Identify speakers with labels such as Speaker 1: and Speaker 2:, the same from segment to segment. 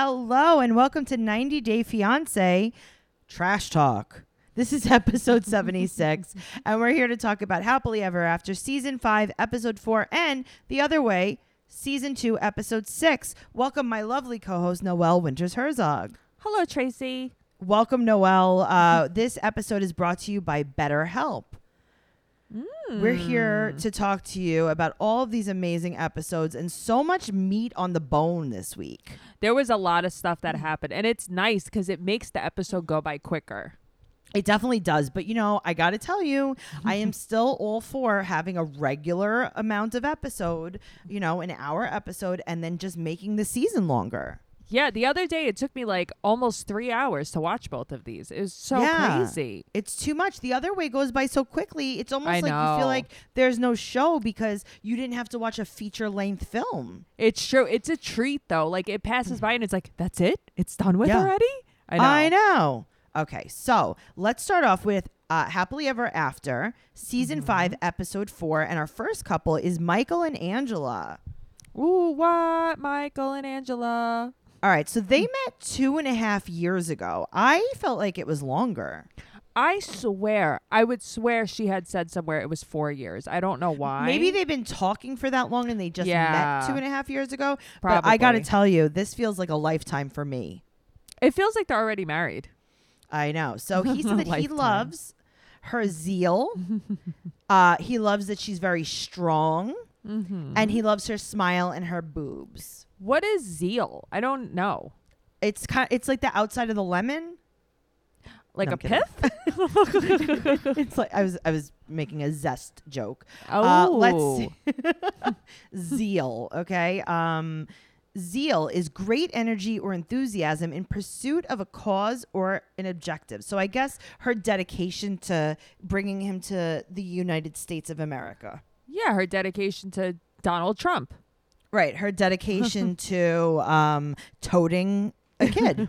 Speaker 1: Hello and welcome to 90 Day Fiance Trash Talk. This is episode 76, and we're here to talk about Happily Ever After season 5, episode 4, and The Other Way, season 2, episode 6. Welcome, my lovely co host, Noelle Winters Herzog.
Speaker 2: Hello, Tracy.
Speaker 1: Welcome, Noelle. Uh, this episode is brought to you by BetterHelp. We're here to talk to you about all of these amazing episodes and so much meat on the bone this week.
Speaker 2: There was a lot of stuff
Speaker 1: Mm.
Speaker 2: that happened, and it's nice because it makes the episode go by quicker.
Speaker 1: It definitely does. But you know, I got to tell you, I am still all for having a regular amount of episode, you know, an hour episode, and then just making the season longer.
Speaker 2: Yeah, the other day it took me like almost three hours to watch both of these. It was so
Speaker 1: Yeah.
Speaker 2: crazy.
Speaker 1: It's too much. The other way goes by so quickly. It's almost
Speaker 2: I
Speaker 1: like you feel
Speaker 2: know.
Speaker 1: like there's no show because you didn't have to watch a feature length film.
Speaker 2: It's true. It's a treat though. Like it passes by and it's like, that's it? It's done with
Speaker 1: Mm. Yeah.
Speaker 2: already? I know.
Speaker 1: I know. Okay, so let's start off with uh, Happily Ever After, season five,
Speaker 2: Mm-hmm.
Speaker 1: episode four. And our first couple is Michael and Angela.
Speaker 2: Ooh, what? Michael and Angela.
Speaker 1: All right, so
Speaker 2: Mm.
Speaker 1: they met two and a half years ago. I felt like it was longer.
Speaker 2: I swear, I would swear she had said somewhere it was four years. I don't know why.
Speaker 1: Maybe they've been talking for that long and they just
Speaker 2: Yeah.
Speaker 1: met two and a half years ago. But I got to
Speaker 2: Probably.
Speaker 1: tell you, this feels like a lifetime for me.
Speaker 2: It feels like they're already married.
Speaker 1: I know. So he said that he
Speaker 2: Lifetime.
Speaker 1: loves her zeal. uh, he loves that she's very strong,
Speaker 2: Mm-hmm.
Speaker 1: and he loves her smile and her boobs.
Speaker 2: What is zeal? I don't know.
Speaker 1: It's kind. It's like the outside of the lemon. No,
Speaker 2: Like a
Speaker 1: I'm kidding.
Speaker 2: pith?
Speaker 1: It's like I was. I was making a zest joke. Uh,
Speaker 2: Oh,
Speaker 1: let's see. zeal. Okay. Um, zeal is great energy or enthusiasm in pursuit of a cause or an objective. So I guess her dedication to bringing him to the United States of America.
Speaker 2: Yeah, her dedication to Donald Trump.
Speaker 1: Right. Her dedication to um, toting a kid.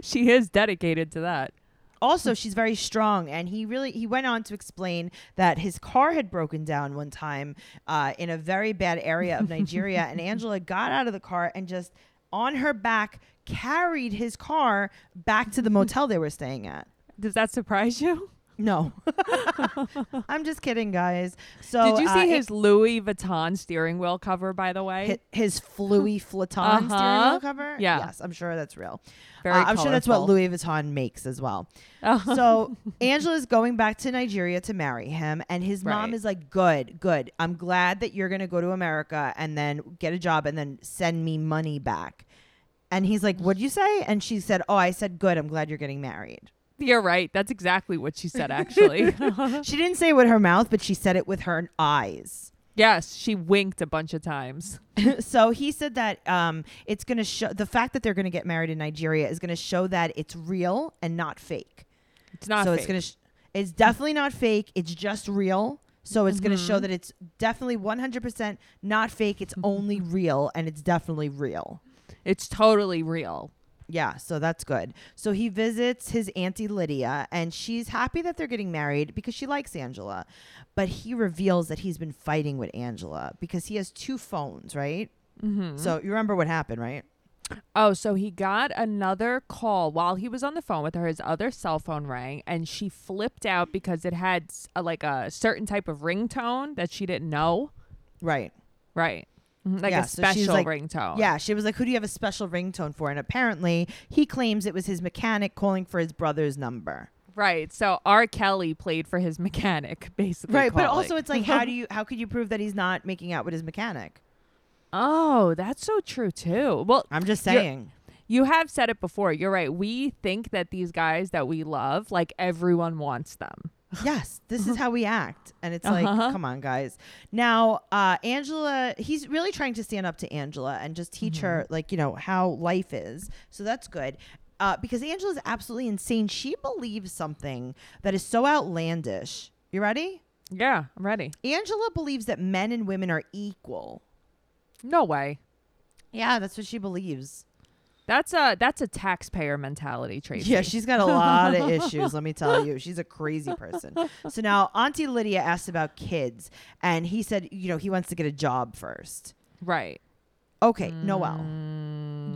Speaker 2: she is dedicated to that.
Speaker 1: also she's very strong and he really he went on to explain that his car had broken down one time uh, in a very bad area of nigeria and angela got out of the car and just on her back carried his car back to the motel they were staying at
Speaker 2: Does that surprise you?
Speaker 1: no i'm just kidding guys so
Speaker 2: Did you
Speaker 1: uh,
Speaker 2: see
Speaker 1: it-
Speaker 2: his Louis Vuitton steering wheel cover, by the way?
Speaker 1: hi- his fluey flaton steering
Speaker 2: Uh-huh.
Speaker 1: wheel cover
Speaker 2: Yeah.
Speaker 1: yes i'm sure that's real
Speaker 2: Very
Speaker 1: Uh, i'm sure that's what
Speaker 2: colorful.
Speaker 1: louis vuitton makes as well
Speaker 2: Uh-huh.
Speaker 1: so Angela's going back to Nigeria to marry him, and his mom
Speaker 2: Right.
Speaker 1: is like, "Good, good. I'm glad that you're gonna go to America and then get a job and then send me money back." And he's like, "What'd you say?" And she said, "Oh, I said good. I'm glad you're getting married."
Speaker 2: You're right. That's exactly what she said, actually.
Speaker 1: She didn't say it with her mouth, but she said it with her eyes.
Speaker 2: yes, she winked a bunch of times.
Speaker 1: so he said that um, it's gonna show the fact that they're gonna get married in Nigeria is gonna show that it's real and not fake.
Speaker 2: It's not
Speaker 1: so
Speaker 2: fake.
Speaker 1: it's gonna sh- it's definitely not fake it's just real so it's gonna
Speaker 2: Mm-hmm.
Speaker 1: show that it's definitely 100% not fake it's only real and it's definitely real
Speaker 2: it's totally real.
Speaker 1: yeah so that's good so he visits his auntie lydia and she's happy that they're getting married because she likes angela but he reveals that he's been fighting with angela because he has two phones right
Speaker 2: Mm-hmm.
Speaker 1: so you remember what happened right
Speaker 2: Oh, so he got another call while he was on the phone with her. His other cell phone rang, and she flipped out because it had s- a, like a certain type of ringtone that she didn't know.
Speaker 1: right
Speaker 2: Right. Mhm, Like
Speaker 1: Yeah,
Speaker 2: a
Speaker 1: so she's
Speaker 2: special
Speaker 1: like-
Speaker 2: ringtone.
Speaker 1: Yeah, she was like, "Who do you have a special ringtone for?" And apparently, he claims it was his mechanic calling for his brother's number.
Speaker 2: Right. So R. Kelly played for his mechanic, basically.
Speaker 1: right but
Speaker 2: calling.
Speaker 1: also it's like how do you how could you prove that he's not making out with his mechanic
Speaker 2: Oh, that's so true too. Well,
Speaker 1: i'm just
Speaker 2: You're-
Speaker 1: saying
Speaker 2: you have said it before. You're right. We think that these guys that we love, like everyone wants them.
Speaker 1: yes this is how we act and it's like
Speaker 2: Uh-huh.
Speaker 1: come on guys now uh angela he's really trying to stand up to angela and just teach her like you know how life is so that's good uh, because Angela's absolutely insane. She believes something that is so outlandish. You ready?
Speaker 2: Yeah, I'm ready.
Speaker 1: Angela believes that men and women are equal.
Speaker 2: No way.
Speaker 1: Yeah, that's what she believes.
Speaker 2: That's a that's a taxpayer mentality, Tracy.
Speaker 1: Yeah, she's got a lot of issues, let me tell you. She's a crazy person. So now Auntie Lydia asked about kids, and he said, you know, he wants to get a job first.
Speaker 2: right.
Speaker 1: Okay, Noelle,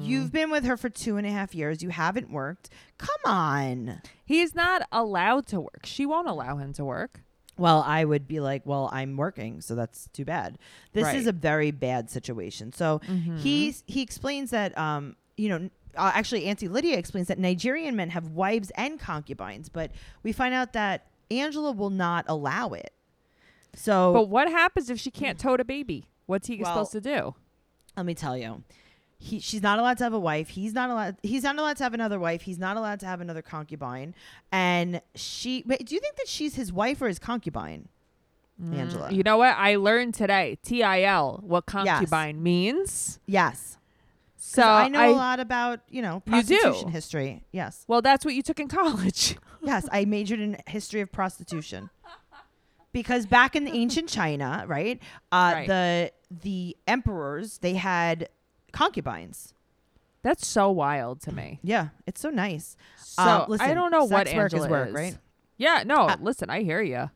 Speaker 1: You've been with her for two and a half years. You haven't worked. Come on.
Speaker 2: He's not allowed to work. She won't allow him to work.
Speaker 1: Well, I would be like, well, I'm working, so that's too bad. This is
Speaker 2: Right. Mm-hmm.
Speaker 1: a very bad situation. So he he explains that um, you know, uh, actually Auntie Lydia explains that Nigerian men have wives and concubines, but we find out that Angela will not allow it. So
Speaker 2: But what happens if she can't tote a baby? What's he
Speaker 1: Well-
Speaker 2: supposed to do?
Speaker 1: let me tell you he, she's not allowed to have a wife he's not allowed he's not allowed to have another wife he's not allowed to have another concubine and she wait, do you think that she's his wife or his concubine Mm. angela
Speaker 2: Mm, You know what? I learned today, TIL, what concubine means.
Speaker 1: yes
Speaker 2: So
Speaker 1: so i know a
Speaker 2: a
Speaker 1: lot about you know
Speaker 2: You do.
Speaker 1: prostitution history yes
Speaker 2: Well, that's what you took in college.
Speaker 1: yes i majored in history of prostitution because back in ancient china right uh
Speaker 2: Right.
Speaker 1: the the emperors they had concubines
Speaker 2: That's so wild to me.
Speaker 1: yeah it's so nice
Speaker 2: So
Speaker 1: Uh, listen,
Speaker 2: I don't know what
Speaker 1: sex work is
Speaker 2: Angela
Speaker 1: work, right?
Speaker 2: Yeah, no.
Speaker 1: Uh,
Speaker 2: listen, I hear you.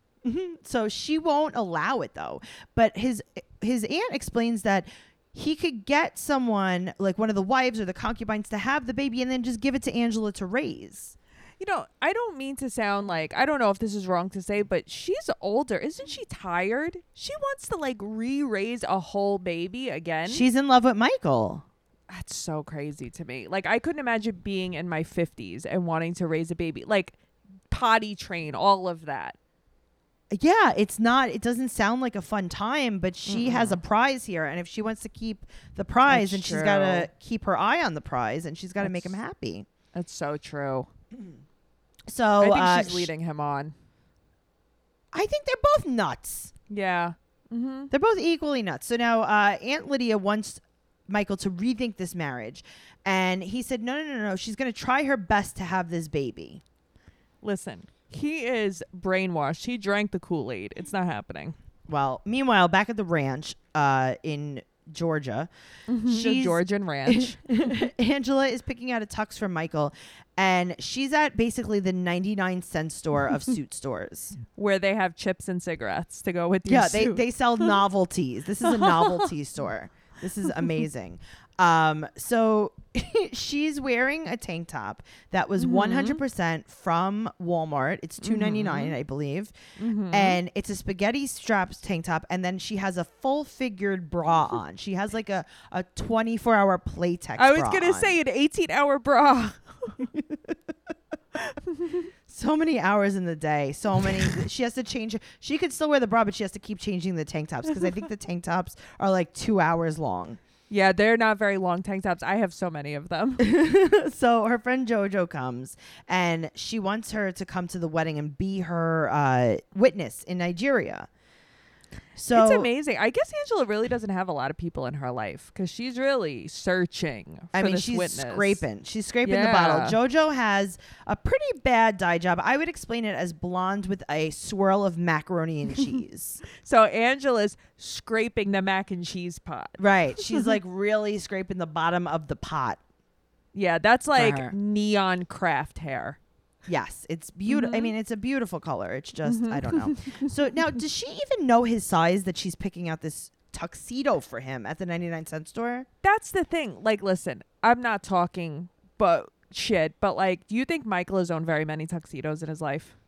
Speaker 1: So she won't allow it though. But his his aunt explains that he could get someone like one of the wives or the concubines to have the baby and then just give it to Angela to raise.
Speaker 2: You know, I don't mean to sound like I don't know if this is wrong to say, but she's older, isn't she? Tired? She wants to like re-raise a whole baby again.
Speaker 1: She's in love with Michael.
Speaker 2: That's so crazy to me. Like I couldn't imagine being in my 50s and wanting to raise a baby. Like potty train, all of that.
Speaker 1: Yeah, it's not it doesn't sound like a fun time, but she has a prize here and if she wants to keep the prize and
Speaker 2: That's
Speaker 1: she's got to keep her eye on the prize and she's got to make him happy.
Speaker 2: That's so true.
Speaker 1: So
Speaker 2: I think
Speaker 1: uh,
Speaker 2: she's
Speaker 1: sh-
Speaker 2: leading him on.
Speaker 1: I think they're both nuts.
Speaker 2: Yeah. Mm-hmm.
Speaker 1: They're both equally nuts. So now uh, Aunt Lydia wants Michael to rethink this marriage. And he said, no, no, no, no. She's going to try her best to have this baby.
Speaker 2: Listen, he is brainwashed. He drank the Kool Aid. It's not happening.
Speaker 1: Well, meanwhile, back at the ranch uh, in Georgia,
Speaker 2: Mm-hmm. The
Speaker 1: she's,
Speaker 2: Georgian ranch.
Speaker 1: Angela is picking out a tux for Michael. And she's at basically the 99 cent store of suit stores.
Speaker 2: where they have chips and cigarettes to go with your
Speaker 1: yeah, they,
Speaker 2: soup.
Speaker 1: they sell novelties. This is a novelty store. This is amazing. Um, so she's wearing a tank top that
Speaker 2: Mm-hmm.
Speaker 1: was 100% from Walmart. It's 299,
Speaker 2: Mm-hmm.
Speaker 1: I believe. And it's a spaghetti straps tank top and then she has a full figured bra on. She has like a a 24-hour playtex
Speaker 2: I was
Speaker 1: bra
Speaker 2: gonna
Speaker 1: on.
Speaker 2: say an 18 hour bra.
Speaker 1: so many hours in the day, so many she has to change she could still wear the bra but she has to keep changing the tank tops cuz I think the tank tops are like 2 hours long.
Speaker 2: Yeah, they're not very long tank tops. I have so many of them.
Speaker 1: so her friend Jojo comes and she wants her to come to the wedding and be her uh, witness in Nigeria. So
Speaker 2: it's amazing. I guess Angela really doesn't have a lot of people in her life because she's really searching.
Speaker 1: I
Speaker 2: for
Speaker 1: mean,
Speaker 2: this
Speaker 1: she's
Speaker 2: witness.
Speaker 1: scraping. She's scraping the bottle. Jojo has a pretty bad dye job. I would explain it as blonde with a swirl of macaroni and cheese.
Speaker 2: So Angela's scraping the mac and cheese pot.
Speaker 1: right. She's like really scraping the bottom of the pot.
Speaker 2: Yeah, that's
Speaker 1: her.
Speaker 2: like neon craft hair.
Speaker 1: Yes, it's beautiful.
Speaker 2: Mm-hmm.
Speaker 1: I mean, it's a beautiful color. It's just I don't know. so now, does she even know his size that she's picking out this tuxedo for him at the ninety nine cent store?
Speaker 2: That's the thing. Like, listen, I'm not talking, but shit. But like, do you think Michael has owned very many tuxedos in his life?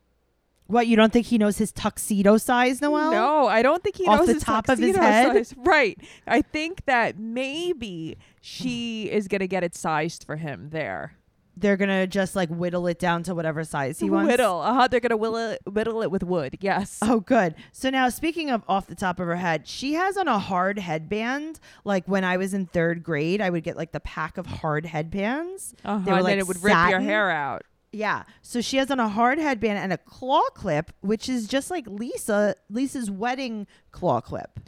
Speaker 1: What you don't think he knows his tuxedo size, Noel?
Speaker 2: No, I don't think he
Speaker 1: Off
Speaker 2: knows
Speaker 1: the
Speaker 2: his
Speaker 1: top of his
Speaker 2: tuxedo
Speaker 1: head?
Speaker 2: size. Right. I think that maybe she is gonna get it sized for him there.
Speaker 1: they're gonna just like whittle it down to whatever size he wants.
Speaker 2: whittle. Uh huh. They're gonna whittle it, whittle it with wood. Yes.
Speaker 1: Oh, good. So now, speaking of off the top of her head, she has on a hard headband. Like when I was in third grade, I would get like the pack of hard headbands.
Speaker 2: Uh-huh.
Speaker 1: They were
Speaker 2: and
Speaker 1: like
Speaker 2: then it would rip your
Speaker 1: satin.
Speaker 2: hair out.
Speaker 1: Yeah. So she has on a hard headband and a claw clip, which is just like Lisa Lisa's wedding claw clip.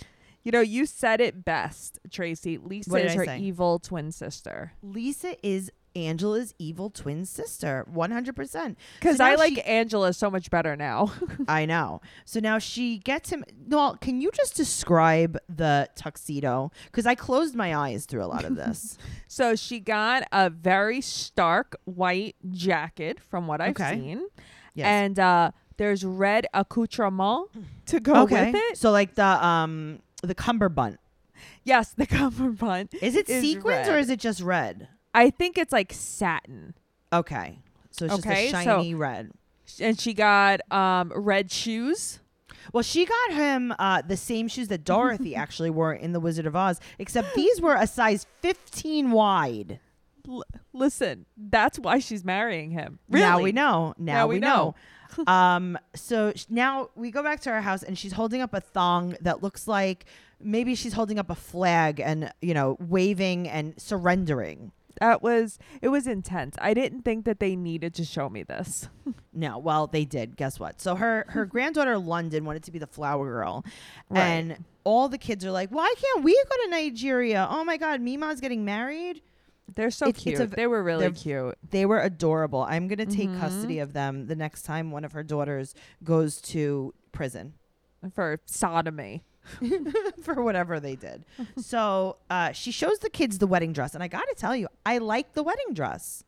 Speaker 2: You know, you said it best, Tracy. Lisa
Speaker 1: What did
Speaker 2: is
Speaker 1: I
Speaker 2: her
Speaker 1: say?
Speaker 2: evil twin sister.
Speaker 1: Lisa is Angela's evil twin sister, 100%.
Speaker 2: Because
Speaker 1: So now
Speaker 2: I like
Speaker 1: she-
Speaker 2: Angela so much better now.
Speaker 1: I know. So now she gets him. Noel, can you just describe the tuxedo? Because I closed my eyes through a lot of this.
Speaker 2: So she got a very stark white jacket from what I've
Speaker 1: Okay.
Speaker 2: seen.
Speaker 1: Yes.
Speaker 2: And uh, there's red accoutrement to go with it.
Speaker 1: So like the um the cummerbund.
Speaker 2: Yes, the cummerbund.
Speaker 1: Is it
Speaker 2: is
Speaker 1: sequins or
Speaker 2: red.
Speaker 1: is it just red?
Speaker 2: I think it's like satin.
Speaker 1: Okay. So it's
Speaker 2: Okay,
Speaker 1: just
Speaker 2: so-
Speaker 1: a shiny red.
Speaker 2: And she got um red shoes.
Speaker 1: Well, she got him uh, the same shoes that Dorothy actually wore in The Wizard of Oz, except these were a size 15 wide.
Speaker 2: L- listen, that's why she's marrying him.
Speaker 1: Now
Speaker 2: Really.
Speaker 1: we know. Now,
Speaker 2: Now we
Speaker 1: we, know. um, so sh- now we go back to our house, and she's holding up a thong that looks like maybe she's holding up a flag and, you know, waving and surrendering.
Speaker 2: That was it was intense. I didn't think that they needed to show me this.
Speaker 1: No, well, they did. Guess what? So her her granddaughter London wanted to be the flower girl,
Speaker 2: Right.
Speaker 1: and all the kids are like, "Why can't we go to Nigeria? Oh my God, Mima's getting married."
Speaker 2: They're so
Speaker 1: It's-
Speaker 2: cute.
Speaker 1: it's a v-
Speaker 2: they were really
Speaker 1: they're-
Speaker 2: cute.
Speaker 1: They were adorable. I'm gonna take
Speaker 2: Mhm.
Speaker 1: custody of them the next time one of her daughters goes to prison
Speaker 2: for sodomy.
Speaker 1: for whatever they did. so uh, she shows the kids the wedding dress, and I gotta tell you, I like the wedding dress.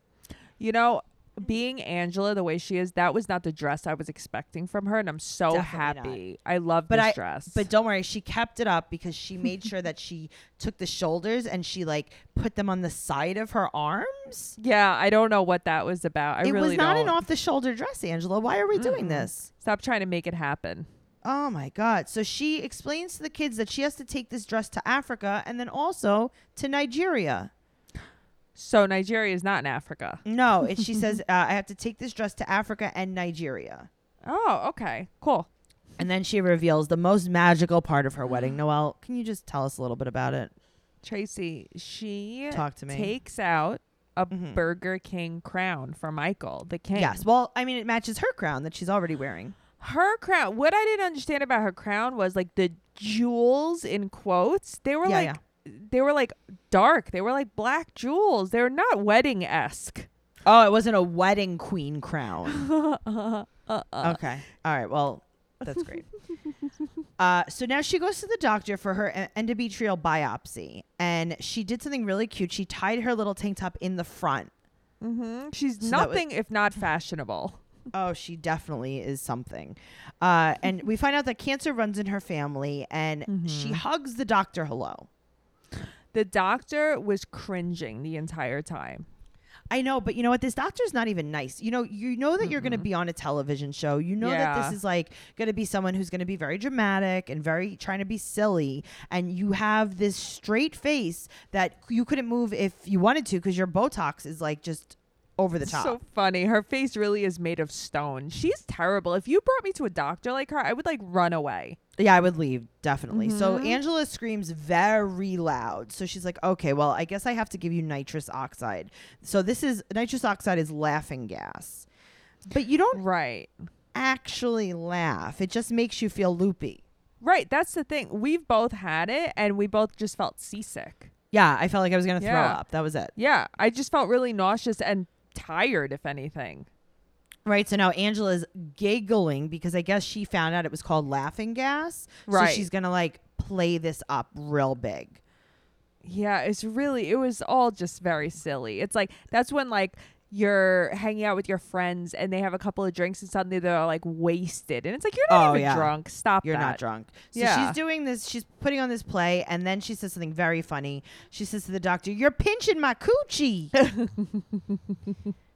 Speaker 2: You know, being Angela the way she is, that was not the dress I was expecting from her, and I'm so
Speaker 1: Definitely
Speaker 2: happy. I love
Speaker 1: But
Speaker 2: this
Speaker 1: I-
Speaker 2: dress.
Speaker 1: But don't worry, she kept it up because she made sure that she took the shoulders and she like put them on the side of her arms.
Speaker 2: yeah, I don't know what that was about. I
Speaker 1: it
Speaker 2: really
Speaker 1: was not
Speaker 2: don't.
Speaker 1: an off the shoulder dress, Angela. Why are we doing
Speaker 2: Mm-mm.
Speaker 1: this?
Speaker 2: Stop trying to make it happen.
Speaker 1: Oh my God. So she explains to the kids that she has to take this dress to Africa and then also to Nigeria.
Speaker 2: So Nigeria is not in Africa.
Speaker 1: No, and she says, uh, I have to take this dress to Africa and Nigeria.
Speaker 2: Oh, okay, cool.
Speaker 1: And then she reveals the most magical part of her wedding. Noelle, can you just tell us a little bit about it?
Speaker 2: Tracy, she
Speaker 1: Talk to me.
Speaker 2: takes out a
Speaker 1: Mhm.
Speaker 2: Burger King crown for Michael, the king.
Speaker 1: Yes. Well, I mean, it matches her crown that she's already wearing.
Speaker 2: her crown. What I didn't understand about her crown was like the jewels in quotes. They were
Speaker 1: Yeah,
Speaker 2: like they were like dark. They were like black jewels. They were not wedding esque.
Speaker 1: Oh, it wasn't a wedding queen crown.
Speaker 2: uh, uh, uh.
Speaker 1: Okay. All right. Well, that's great. uh, so now she goes to the doctor for her en- endometrial biopsy, and she did something really cute. She tied her little tank top in the front.
Speaker 2: hmm She's
Speaker 1: So that was-
Speaker 2: nothing if not fashionable.
Speaker 1: Oh, she definitely is something. Uh, and we find out that cancer runs in her family, and she hugs the doctor hello.
Speaker 2: The doctor was cringing the entire time.
Speaker 1: I know, but you know what? This doctor's not even nice. You know, you know that you're going to be on a television show. You know that
Speaker 2: Yeah.
Speaker 1: this is like going to be someone who's going to be very dramatic and very trying to be silly. And you have this straight face that you couldn't move if you wanted to because your Botox is like just over the
Speaker 2: It's
Speaker 1: top.
Speaker 2: So funny. Her face really is made of stone. She's terrible. If you brought me to a doctor like her, I would like run away.
Speaker 1: yeah, I would leave definitely. So
Speaker 2: Mhm.
Speaker 1: Angela screams very loud. So she's like, okay, well, I guess I have to give you nitrous oxide. So this is nitrous oxide is laughing gas. But you don't
Speaker 2: Right.
Speaker 1: actually laugh. It just makes you feel loopy.
Speaker 2: Right. That's the thing. We've both had it and we both just felt seasick.
Speaker 1: Yeah, I felt like I was gonna throw
Speaker 2: Yeah.
Speaker 1: up. That was it.
Speaker 2: Yeah. I just felt really nauseous and tired, if anything.
Speaker 1: Right. So now Angela's giggling because I guess she found out it was called laughing gas. So
Speaker 2: Right.
Speaker 1: she's gonna like play this up real big.
Speaker 2: Yeah, it's really it was all just very silly. It's like that's when like you're hanging out with your friends and they have a couple of drinks and suddenly they're like wasted and it's like you're not
Speaker 1: Oh,
Speaker 2: even
Speaker 1: yeah.
Speaker 2: drunk. Stop
Speaker 1: You're not
Speaker 2: that.
Speaker 1: drunk. So
Speaker 2: Yeah.
Speaker 1: she's doing this, she's putting on this play, and then she says something very funny. She says to the doctor, You're pinching my coochie.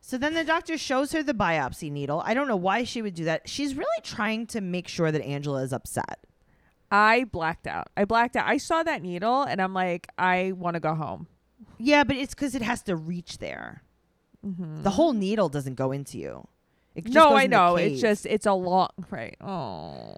Speaker 1: so then the doctor shows her the biopsy needle. I don't know why she would do that. She's really trying to make sure that Angela is upset.
Speaker 2: I blacked out. I blacked out. I saw that needle and I'm like I want to go home.
Speaker 1: Yeah, but it's because it has to reach there.
Speaker 2: Mhm.
Speaker 1: The whole needle doesn't go into you. It just
Speaker 2: no,
Speaker 1: goes
Speaker 2: I
Speaker 1: in the
Speaker 2: know. It's
Speaker 1: cave.
Speaker 2: just it's a long right. Oh.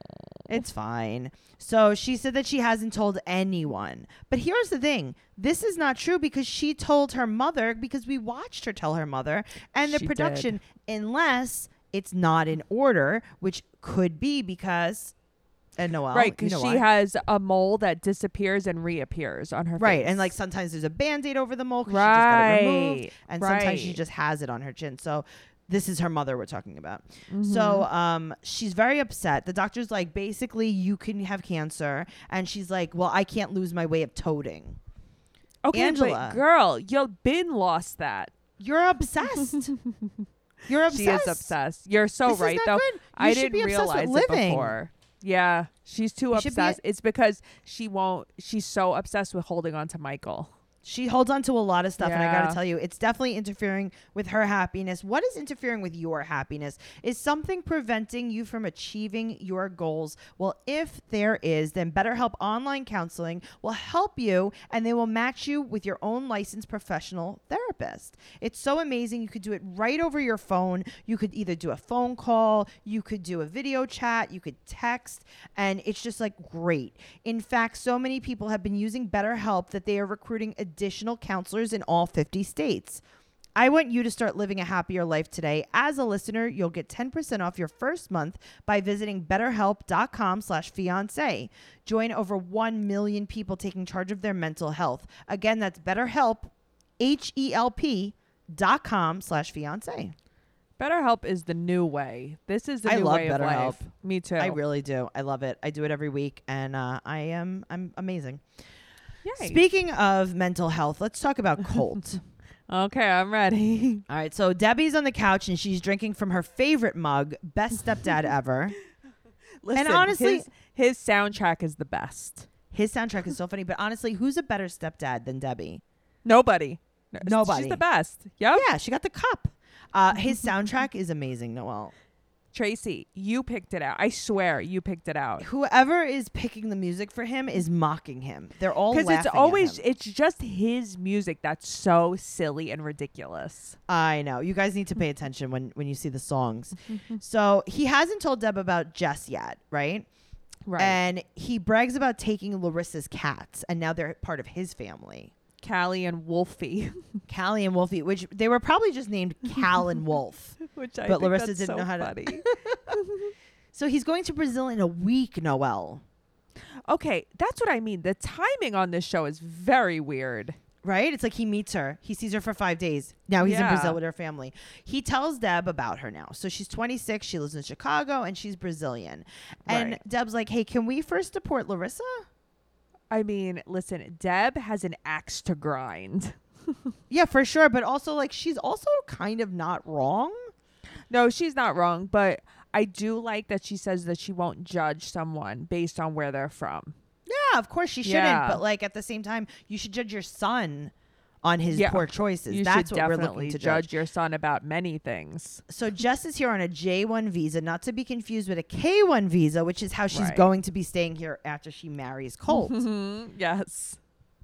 Speaker 1: it's fine. So she said that she hasn't told anyone. But here's the thing: this is not true because she told her mother because we watched her tell her mother and the
Speaker 2: She did.
Speaker 1: production, unless it's not in order, which could be because and Noel,
Speaker 2: right,
Speaker 1: you
Speaker 2: because
Speaker 1: know
Speaker 2: she
Speaker 1: why.
Speaker 2: has a mole that disappears and reappears on her
Speaker 1: Right.
Speaker 2: face.
Speaker 1: And like sometimes there's a band aid over the mole 'cause she just got it removed.
Speaker 2: right.
Speaker 1: and sometimes she
Speaker 2: Right.
Speaker 1: just has it on her chin. So this is her mother we're talking about. So
Speaker 2: Mm-hmm.
Speaker 1: um, she's very upset. The doctor's like, basically, you can have cancer, and she's like, well, I can't lose my way of toting.
Speaker 2: Mm-hmm. Okay,
Speaker 1: Angela.
Speaker 2: but girl, you've been lost that.
Speaker 1: You're obsessed. You're obsessed.
Speaker 2: She is obsessed. You're so
Speaker 1: This is
Speaker 2: right,
Speaker 1: not
Speaker 2: though.
Speaker 1: good. You
Speaker 2: I
Speaker 1: should
Speaker 2: didn't
Speaker 1: be obsessed with
Speaker 2: realize it
Speaker 1: living.
Speaker 2: before. Yeah, she's too
Speaker 1: You should be-
Speaker 2: obsessed. it's because she won't. She's so obsessed with holding on to Michael.
Speaker 1: She holds on to a lot of stuff, and I gotta
Speaker 2: Yeah.
Speaker 1: tell you, it's definitely interfering with her happiness. What is interfering with your happiness? Is something preventing you from achieving your goals? Well, if there is, then BetterHelp Online Counseling will help you and they will match you with your own licensed professional therapist. It's so amazing. You could do it right over your phone. You could either do a phone call, you could do a video chat, you could text, and it's just like great. In fact, so many people have been using BetterHelp that they are recruiting additional counselors in all 50 states. I want you to start living a happier life today. As a listener, you'll get 10% off your first month by visiting betterhelp.com slash fiance. Join over 1 million people taking charge of their mental health. Again, that's betterhelp, H-E-L-P dot com slash fiance.
Speaker 2: BetterHelp is the new way. This is the
Speaker 1: I
Speaker 2: new
Speaker 1: love
Speaker 2: way of
Speaker 1: BetterHelp.
Speaker 2: life. Me too.
Speaker 1: I really do. I love it. I do it every week and uh, I am I'm amazing.
Speaker 2: Yay.
Speaker 1: Speaking of mental health, let's talk about Colt.
Speaker 2: Okay, I'm ready.
Speaker 1: All right, so Debbie's on the couch and she's drinking from her favorite mug, best stepdad ever.
Speaker 2: Listen,
Speaker 1: honestly-
Speaker 2: his, his soundtrack is the best.
Speaker 1: His soundtrack is so funny, but honestly, who's a better stepdad than Debbie?
Speaker 2: Nobody. No-
Speaker 1: Nobody.
Speaker 2: She's the best. Yep.
Speaker 1: Yeah, she got the cup. Uh, his soundtrack is amazing, Noel.
Speaker 2: Tracy, you picked it out. I swear you picked it out.
Speaker 1: Whoever is picking the music for him is mocking him. They're all
Speaker 2: Because
Speaker 1: laughing.
Speaker 2: it's always, it's just his music that's so silly and ridiculous.
Speaker 1: I know. You guys need to pay attention when when you see the songs. so he hasn't told Deb about Jess yet, right?
Speaker 2: Right.
Speaker 1: And he brags about taking Larissa's cats, and now they're part of his family.
Speaker 2: Callie and Wolfie,
Speaker 1: Callie and Wolfie, which they were probably just named Cal and Wolf.
Speaker 2: which I
Speaker 1: But
Speaker 2: think
Speaker 1: Larissa
Speaker 2: that's
Speaker 1: didn't
Speaker 2: so
Speaker 1: know how to-
Speaker 2: funny.
Speaker 1: So he's going to Brazil in a week, Noel.
Speaker 2: okay, that's what I mean. The timing on this show is very weird.
Speaker 1: Right? It's like he meets her. He sees her for five days. Now he's in
Speaker 2: Yeah.
Speaker 1: Brazil with her family. He tells Deb about her now. So she's 26. She lives in Chicago and she's Brazilian. And
Speaker 2: Right.
Speaker 1: Deb's like, hey, can we first deport Larissa?
Speaker 2: I mean, listen, Deb has an axe to grind.
Speaker 1: Yeah, for sure. But also, like, she's also kind of not wrong.
Speaker 2: No, she's not wrong, but I do like that she says that she won't judge someone based on where they're from.
Speaker 1: Yeah, of course she shouldn't.
Speaker 2: Yeah.
Speaker 1: But, like, at the same time, you should judge your son on his
Speaker 2: Yeah.
Speaker 1: poor choices.
Speaker 2: you
Speaker 1: That's
Speaker 2: should
Speaker 1: what we're
Speaker 2: definitely
Speaker 1: looking to judge.
Speaker 2: judge. your son about many things.
Speaker 1: So Jess is here on a J1 visa, not to be confused with a K1 visa, which is how she's
Speaker 2: Right.
Speaker 1: going to be staying here after she marries Colt. Mm-hmm.
Speaker 2: yes.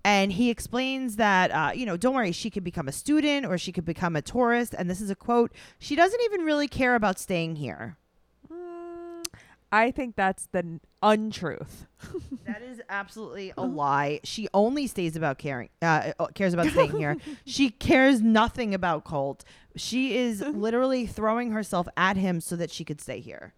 Speaker 1: and he explains that, uh, you know, don't worry, she could become a student or she could become a tourist. And this is a quote she doesn't even really care about staying here.
Speaker 2: Mm, I think that's the n- untruth.
Speaker 1: That is absolutely a lie. She only stays about caring, uh, uh, cares about staying here. She cares nothing about Colt. She is literally throwing herself at him so that she could stay here.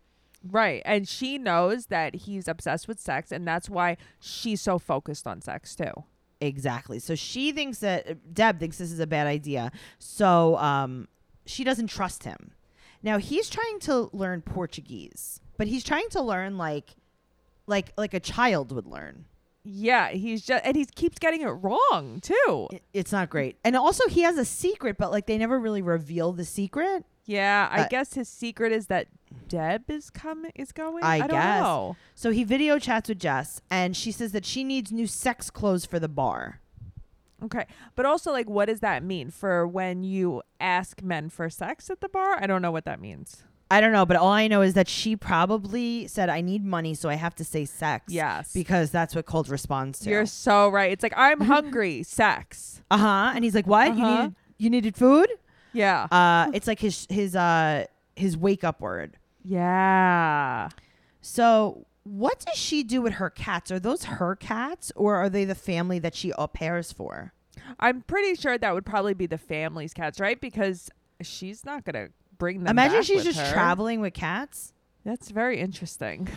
Speaker 2: Right. And she knows that he's obsessed with sex, and that's why she's so focused on sex, too.
Speaker 1: Exactly. So she thinks that uh, Deb thinks this is a bad idea. So um, she doesn't trust him. Now he's trying to learn Portuguese, but he's trying to learn like, like, like a child would learn.
Speaker 2: Yeah. He's just, and he keeps getting it wrong, too.
Speaker 1: I- It's not great. And also, he has a secret, but like they never really reveal the secret.
Speaker 2: Yeah. I
Speaker 1: Uh,
Speaker 2: guess his secret is that Deb is coming, is going.
Speaker 1: I
Speaker 2: I, don't
Speaker 1: guess.
Speaker 2: know.
Speaker 1: So he video chats with Jess, and she says that she needs new sex clothes for the bar.
Speaker 2: Okay. But also, like, what does that mean for when you ask men for sex at the bar? I don't know what that means.
Speaker 1: I don't know, but all I know is that she probably said, "I need money, so I have to say sex."
Speaker 2: Yes.
Speaker 1: because that's what Colt responds to.
Speaker 2: You're so right. It's like, I'm hungry, sex.
Speaker 1: Uh huh. And he's like, "What? You
Speaker 2: Uh-huh.
Speaker 1: needed you needed food?"
Speaker 2: Yeah.
Speaker 1: Uh, it's like his his uh his wake up word.
Speaker 2: yeah.
Speaker 1: So what does she do with her cats? Are those her cats, or are they the family that she au pairs for?
Speaker 2: I'm pretty sure that would probably be the family's cats, right? Because she's not gonna bring them.
Speaker 1: Imagine
Speaker 2: back
Speaker 1: she's
Speaker 2: with
Speaker 1: just
Speaker 2: her.
Speaker 1: traveling with cats.
Speaker 2: That's very interesting.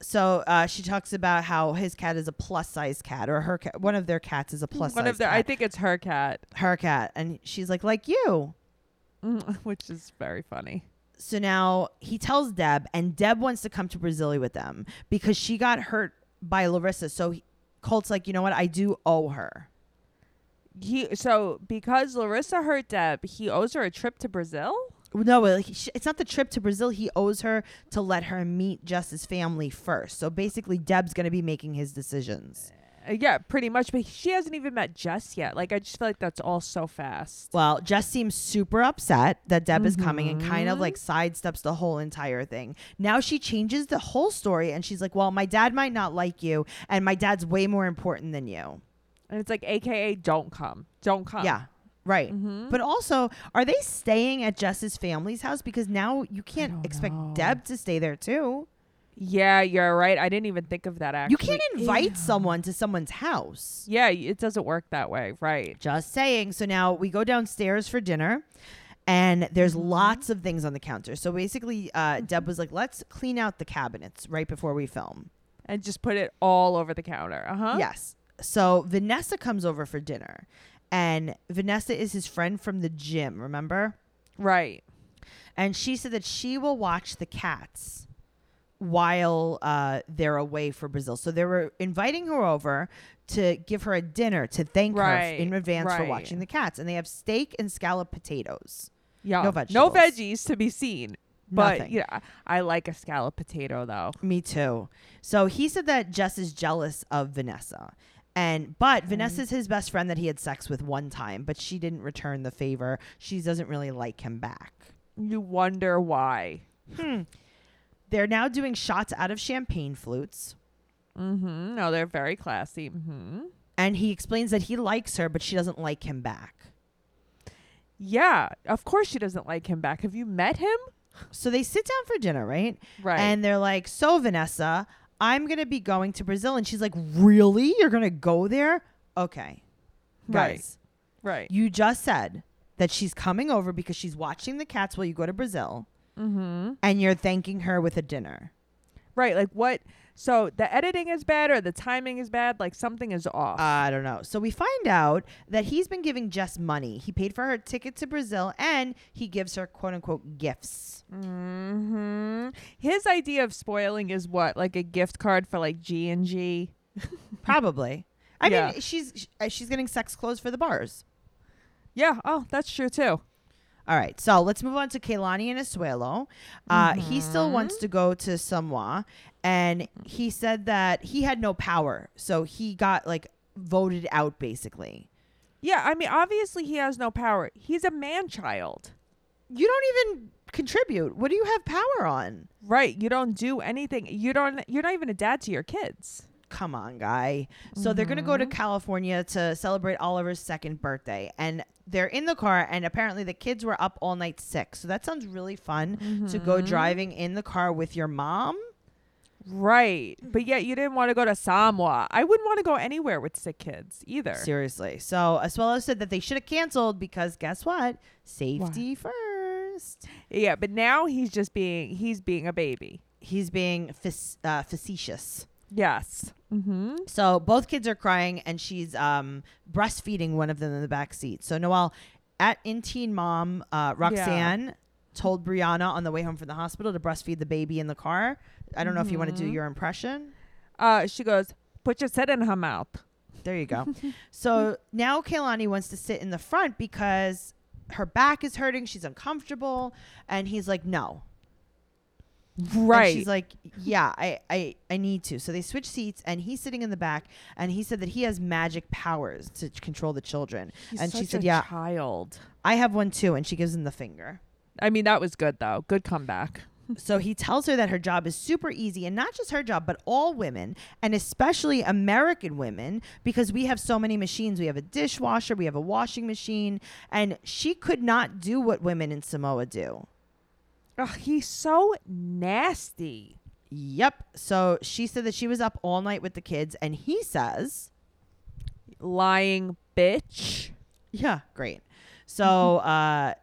Speaker 1: So uh, she talks about how his cat is a plus size cat, or her cat, one of their cats is a plus
Speaker 2: One
Speaker 1: size
Speaker 2: of their,
Speaker 1: cat.
Speaker 2: I think it's her cat,
Speaker 1: her cat, and she's like, like you.
Speaker 2: Mm, which is very funny.
Speaker 1: So now he tells Deb, and Deb wants to come to Brasilia with them because she got hurt by Larissa. So he, Colt's like, you know what? I do owe her.
Speaker 2: He so because Larissa hurt Deb, he owes her a trip to Brazil.
Speaker 1: No, like, sh- it's not the trip to Brazil. He owes her to let her meet Jess's family first. So basically, Deb's going to be making his decisions.
Speaker 2: Uh, yeah, pretty much. But she hasn't even met Jess yet. Like I just feel like that's all so fast.
Speaker 1: Well, Jess seems super upset that Deb is coming and kind of
Speaker 2: Mhm.
Speaker 1: like sidesteps the whole entire thing. Now she changes the whole story and she's like, Well, my dad might not like you, and my dad's way more important than you.
Speaker 2: And it's like, AKA, don't come, don't come.
Speaker 1: Yeah. Right.
Speaker 2: Mhm.
Speaker 1: But also, are they staying at Jess's family's house? Because now you can't
Speaker 2: don't
Speaker 1: expect
Speaker 2: know.
Speaker 1: Deb to stay there too.
Speaker 2: Yeah, you're right. I didn't even think of that. Actually,
Speaker 1: You can't invite
Speaker 2: Ew.
Speaker 1: someone to someone's house.
Speaker 2: Yeah, it doesn't work that way, right?
Speaker 1: Just saying. So now we go downstairs for dinner. And there's
Speaker 2: Mhm.
Speaker 1: lots of things on the counter. So basically, uh, Deb was like, let's clean out the cabinets right before we film.
Speaker 2: And just put it all over the counter. Uh huh.
Speaker 1: Yes. So Vanessa comes over for dinner. And Vanessa is his friend from the gym, remember?
Speaker 2: Right.
Speaker 1: And she said that she will watch the cats while uh, they're away for Brazil. So they were inviting her over to give her a dinner to thank her
Speaker 2: Right,
Speaker 1: in advance for
Speaker 2: right.
Speaker 1: watching the cats. And they have steak and scallop potatoes.
Speaker 2: Yeah. No
Speaker 1: vegetables.
Speaker 2: veggies to be seen. But
Speaker 1: Nothing.
Speaker 2: yeah, I like a scallop potato though.
Speaker 1: Me too. So he said that Jess is jealous of Vanessa. And
Speaker 2: Mm-hmm.
Speaker 1: but Vanessa's his best friend that he had sex with one time, but she didn't return the favor. She doesn't really like him back.
Speaker 2: You wonder why.
Speaker 1: They're now doing shots out of champagne flutes.
Speaker 2: Mm-hmm. No, they're very classy. Mm-hmm.
Speaker 1: And he explains that he likes her, but she doesn't like him back.
Speaker 2: Yeah, of course she doesn't like him back. Have you met him?
Speaker 1: So they sit down for dinner, right?
Speaker 2: Right.
Speaker 1: And they're like, So, Vanessa, I'm going to be going to Brazil. And she's like, Really? You're going to go there? Okay.
Speaker 2: Right.
Speaker 1: Guys,
Speaker 2: right.
Speaker 1: you just said that she's coming over because she's watching the cats while you go to Brazil
Speaker 2: Mm-hmm.
Speaker 1: and you're thanking her with a dinner.
Speaker 2: Right. Like what? So the editing is bad or the timing is bad. Like something is off.
Speaker 1: I don't know. So we find out that he's been giving Jess money. He paid for her ticket to Brazil and he gives her quote unquote gifts.
Speaker 2: mm-hmm. His idea of spoiling is what? Like a gift card for like G and G.
Speaker 1: Probably. I
Speaker 2: Yeah.
Speaker 1: mean, she's sh- uh, she's getting sex clothes for the bars.
Speaker 2: Yeah. Oh, that's true too.
Speaker 1: All right, so let's move on to Kaylani and Asuelo. Uh, He still wants to go to Samoa, and he said that he had no power, so he got like voted out basically.
Speaker 2: Yeah. I mean, obviously he has no power. He's a man child.
Speaker 1: You don't even contribute. What do you have power on?
Speaker 2: Right. You don't do anything. You don't. You're not even a dad to your kids.
Speaker 1: Come on, guy. So they're going to go to California to celebrate Oliver's second birthday. And they're in the car, and apparently the kids were up all night sick. So that sounds really fun to go
Speaker 2: Mm-hmm.
Speaker 1: driving in the car with your mom.
Speaker 2: Right. But yet you didn't want to go to Samoa. I wouldn't want to go anywhere with sick kids either.
Speaker 1: Seriously. So Asuelo said that they should have canceled because guess what? Safety first.
Speaker 2: Yeah, but now he's just being he's being a baby.
Speaker 1: He's being fac- uh, facetious.
Speaker 2: Yes. Mm-hmm.
Speaker 1: So both kids are crying, and she's um, breastfeeding one of them in the back seat. So Noel, at in Teen Mom, uh, Roxanne told Brianna on the way home from the hospital to breastfeed the baby in the car. I don't know if you want to do your impression.
Speaker 2: Uh, she goes, "Put your head in her mouth."
Speaker 1: There you go. so now Kaylani wants to sit in the front because her back is hurting. She's uncomfortable, and he's like, "No, And
Speaker 2: Right.
Speaker 1: she's like, yeah, I, I, I need to. So they switch seats, and he's sitting in the back, and he said that he has magic powers to ch- control the children. and she said, yeah,
Speaker 2: child."
Speaker 1: I have one too. And she gives him the finger.
Speaker 2: I mean, that was good though. Good comeback.
Speaker 1: so he tells her that her job is super easy, and not just her job, but all women, and especially American women, because we have so many machines. We have a dishwasher, we have a washing machine, and she could not do what women in Samoa do.
Speaker 2: Ugh, he's so nasty.
Speaker 1: Yep. So she said that she was up all night with the kids, and he says,
Speaker 2: Lying bitch.
Speaker 1: Yeah, great. So uh,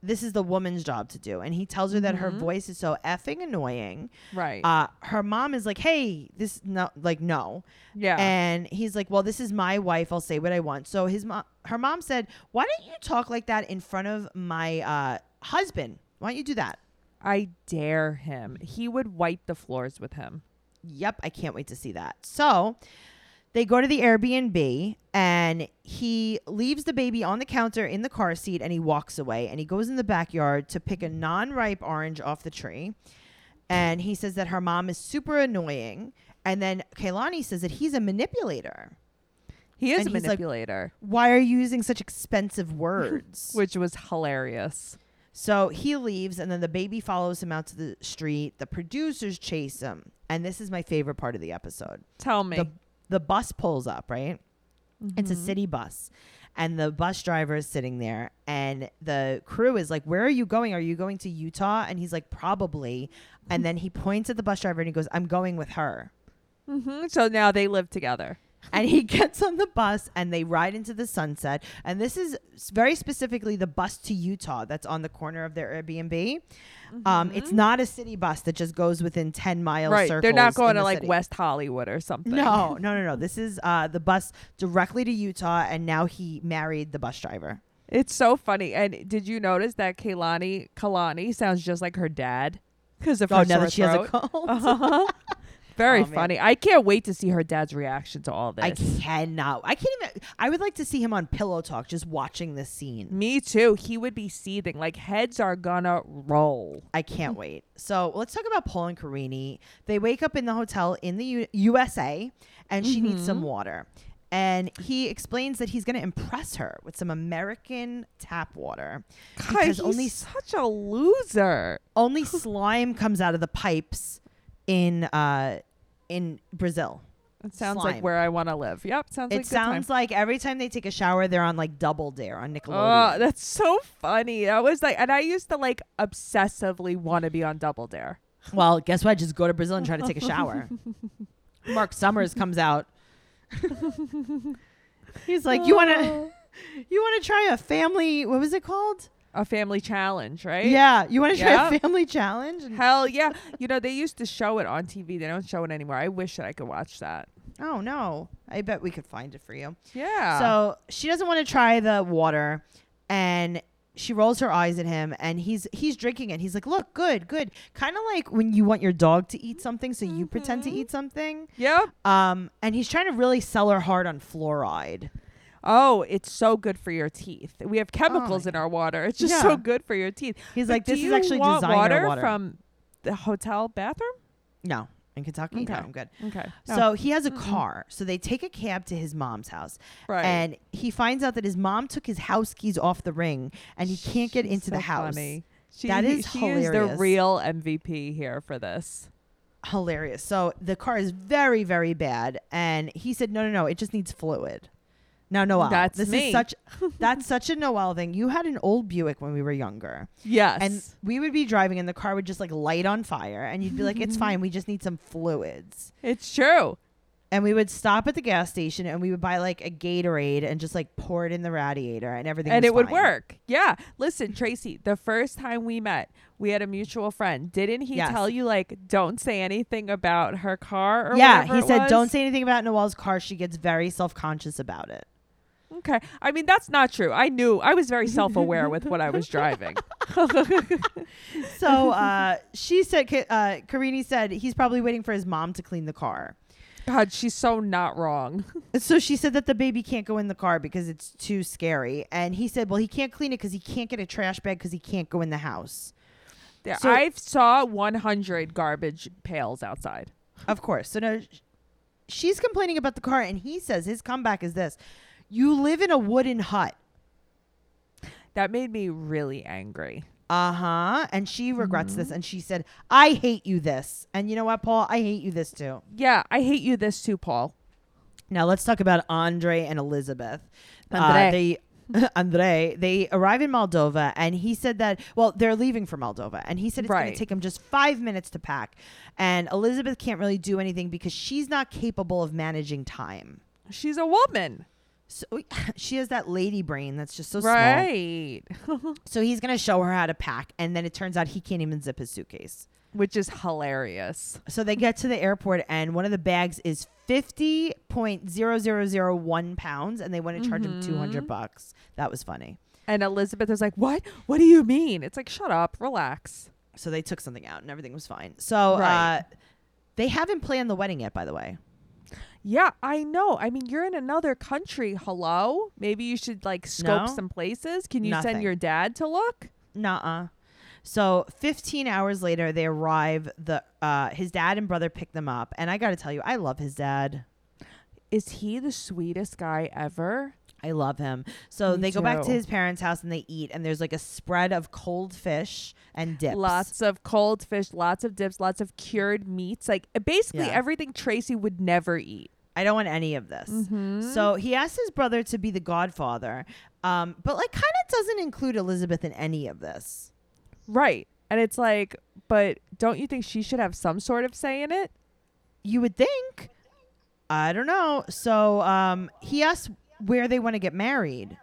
Speaker 1: this is the woman's job to do, and he tells her that her voice is so effing annoying.
Speaker 2: Right.
Speaker 1: Uh, her mom is like, "Hey, this no, like no,"
Speaker 2: yeah.
Speaker 1: and he's like, "Well, this is my wife. I'll say what I want." So his mom, her mom said, "Why don't you talk like that in front of my uh, husband? Why don't you do that?"
Speaker 2: I dare him. He would wipe the floors with him.
Speaker 1: Yep, I can't wait to see that. So they go to the Airbnb and he leaves the baby on the counter in the car seat and he walks away and he goes in the backyard to pick a non ripe orange off the tree. And he says that her mom is super annoying And then Kaylani says that he's a manipulator.
Speaker 2: He is
Speaker 1: And
Speaker 2: a
Speaker 1: he's like-
Speaker 2: manipulator,
Speaker 1: Why are you using such expensive words?
Speaker 2: which was hilarious.
Speaker 1: So he leaves, and then the baby follows him out to the street. The producers chase him, and this is my favorite part of the episode.
Speaker 2: Tell me.
Speaker 1: The the bus pulls up, right? It's
Speaker 2: Mm-hmm.
Speaker 1: a city bus, and the bus driver is sitting there, and the crew is like, "Where are you going? Are you going to Utah?" And he's like, "Probably." And then he points at the bus driver and he goes, "I'm going with her."
Speaker 2: hmm So now they live together.
Speaker 1: and he gets on the bus and they ride into the sunset and this is s- very specifically the bus to utah that's on the corner of their airbnb um, it's not a city bus that just goes within 10 mile
Speaker 2: Mm-hmm. right.
Speaker 1: circles
Speaker 2: They're not
Speaker 1: in
Speaker 2: going to
Speaker 1: the
Speaker 2: like
Speaker 1: city.
Speaker 2: West Hollywood or something.
Speaker 1: no no no no this is uh, the bus directly to utah and now he married the bus driver
Speaker 2: It's so funny. And did you notice that Kaylani Kalani sounds just like her dad because of
Speaker 1: oh
Speaker 2: her
Speaker 1: now that
Speaker 2: sore
Speaker 1: she has a
Speaker 2: throat?
Speaker 1: cold
Speaker 2: Uh-huh. Very
Speaker 1: Oh, man.
Speaker 2: funny. I can't wait to see her dad's reaction to all this.
Speaker 1: i cannot i can't even i would like to see him on pillow talk just watching this scene
Speaker 2: Me too. He would be seething. Like heads are gonna roll.
Speaker 1: I can't wait. So let's talk about Paul and Carini. They wake up in the hotel in the U- USA, and she needs
Speaker 2: Mm-hmm.
Speaker 1: some water. And he explains that he's going to impress her with some American tap water
Speaker 2: God,
Speaker 1: because
Speaker 2: he's
Speaker 1: only
Speaker 2: such a loser.
Speaker 1: only slime comes out of the pipes in uh, in Brazil.
Speaker 2: It sounds
Speaker 1: Slime.
Speaker 2: like where I want to live. Yep. Sounds like
Speaker 1: It
Speaker 2: good
Speaker 1: sounds
Speaker 2: Time.
Speaker 1: like every time they take a shower, they're on like Double Dare on Nickelodeon.
Speaker 2: Oh, that's so funny. I was like, and I used to like obsessively want to be on Double Dare.
Speaker 1: Well, guess what? Just go to Brazil and try to take a shower. Mark Summers comes out. He's like, "You want to you want to try a family what was it called?
Speaker 2: a family challenge, right?
Speaker 1: Yeah, you want to try a
Speaker 2: Yep.
Speaker 1: family challenge?" And-
Speaker 2: Hell yeah. you know, they used to show it on TV. They don't show it anymore. I wish that I could watch that.
Speaker 1: oh no. I bet we could find it for you.
Speaker 2: Yeah.
Speaker 1: So, she doesn't want to try the water and she rolls her eyes at him and he's he's drinking it. He's like, "Look, good, good." Kind of like when you want your dog to eat something so you pretend to eat something.
Speaker 2: Yep.
Speaker 1: Um and he's trying to really sell her hard on fluoride.
Speaker 2: Oh, it's so good for your teeth. We have chemicals
Speaker 1: Oh my
Speaker 2: in our water. It's just
Speaker 1: Yeah.
Speaker 2: so good for your teeth.
Speaker 1: He's
Speaker 2: But
Speaker 1: like,
Speaker 2: do
Speaker 1: this is
Speaker 2: you
Speaker 1: actually
Speaker 2: want
Speaker 1: designer water,
Speaker 2: water, from the hotel bathroom.
Speaker 1: No, in Kentucky.
Speaker 2: Okay.
Speaker 1: No, I'm good.
Speaker 2: Okay.
Speaker 1: So he has a car. So they take a cab to his mom's house,
Speaker 2: right.
Speaker 1: and he finds out that his mom took his house keys off the ring, and he can't get
Speaker 2: She's
Speaker 1: into the
Speaker 2: so
Speaker 1: house.
Speaker 2: funny. She,
Speaker 1: That
Speaker 2: he-
Speaker 1: is
Speaker 2: she is
Speaker 1: hilarious.
Speaker 2: the real MVP here for this.
Speaker 1: Hilarious. So the car is very, very bad, and he said, "No, no, no. It just needs fluid." Now, Noel,
Speaker 2: That's
Speaker 1: this is
Speaker 2: me.
Speaker 1: such that's such a Noel thing. You had an old Buick when we were younger,
Speaker 2: Yes.
Speaker 1: and we would be driving, and the car would just like light on fire, and you'd be like, "It's fine. We just need some fluids."
Speaker 2: it's true.
Speaker 1: And we would stop at the gas station and we would buy like a Gatorade and just like pour it in the radiator and everything.
Speaker 2: and
Speaker 1: was
Speaker 2: it would
Speaker 1: fine.
Speaker 2: work. Yeah. Listen, Tracy, the first time we met, we had a mutual friend. Didn't he
Speaker 1: Yes.
Speaker 2: tell you like don't say anything about her car or
Speaker 1: Yeah,
Speaker 2: whatever
Speaker 1: he
Speaker 2: it
Speaker 1: said,
Speaker 2: was?
Speaker 1: don't say anything about Noel's car. She gets very self conscious about it.
Speaker 2: Okay. I mean, that's not true. I knew. I was very self-aware with what I was driving.
Speaker 1: So uh, she said, Ka- uh, Karini said, he's probably waiting for his mom to clean the car.
Speaker 2: God, she's so not wrong.
Speaker 1: So she said that the baby can't go in the car because it's too scary. And he said, well, he can't clean it because he can't get a trash bag because he can't go in the house.
Speaker 2: Yeah,
Speaker 1: So-
Speaker 2: I saw 100 garbage pails outside.
Speaker 1: Of course. So now sh- she's complaining about the car, and he says his comeback is this You live in a wooden hut.
Speaker 2: That made me really angry.
Speaker 1: Uh huh. And she regrets this. And she said, I hate you this. And you know what, Paul? I hate you this too.
Speaker 2: Yeah, I hate you this too, Paul.
Speaker 1: Now let's talk about Andre and Elizabeth. Uh,
Speaker 2: Andre.
Speaker 1: they. Andre, they arrive in Moldova, and he said that, well, they're leaving for Moldova, and he said it's going
Speaker 2: Right.
Speaker 1: to take him just five minutes to pack. And Elizabeth can't really do anything because she's not capable of managing time.
Speaker 2: She's a woman.
Speaker 1: So she has that lady brain that's just so small.
Speaker 2: Right.
Speaker 1: So he's going to show her how to pack, and then it turns out he can't even zip his suitcase.
Speaker 2: Which is hilarious.
Speaker 1: So they get to the airport, and one of the bags is fifty point zero zero zero one pounds, and they want to charge him two hundred
Speaker 2: Mm-hmm.
Speaker 1: bucks. That was funny.
Speaker 2: And Elizabeth is like, "What? What do you mean?" It's like, "Shut up, relax."
Speaker 1: So they took something out, and everything was fine. So
Speaker 2: Right.
Speaker 1: uh, they haven't planned the wedding yet, by the way.
Speaker 2: Yeah, I know. I mean, you're in another country. Hello? Maybe you should like scope
Speaker 1: No.
Speaker 2: some places. Can you
Speaker 1: Nothing.
Speaker 2: send your dad to look?
Speaker 1: Nuh-uh. So 15 hours later, they arrive. The uh, his dad and brother pick them up, and I got to tell you, I love his dad.
Speaker 2: Is he the sweetest guy ever?
Speaker 1: I love him. So
Speaker 2: Me
Speaker 1: they go back to
Speaker 2: too.
Speaker 1: his parents' house and they eat, and there's like a spread of cold fish and dips.
Speaker 2: Lots of cold fish, lots of dips, lots of cured meats. Like uh, basically
Speaker 1: Yeah.
Speaker 2: everything Tracy would never eat.
Speaker 1: I don't want any of
Speaker 2: Mm-hmm.
Speaker 1: this. So he asks his brother to be the godfather, um, but like kind of doesn't include Elizabeth in any of this.
Speaker 2: Right. And it's like, but don't you think she should have some sort of say in it?
Speaker 1: You would think. I don't know. So um, he asks where they want to get married.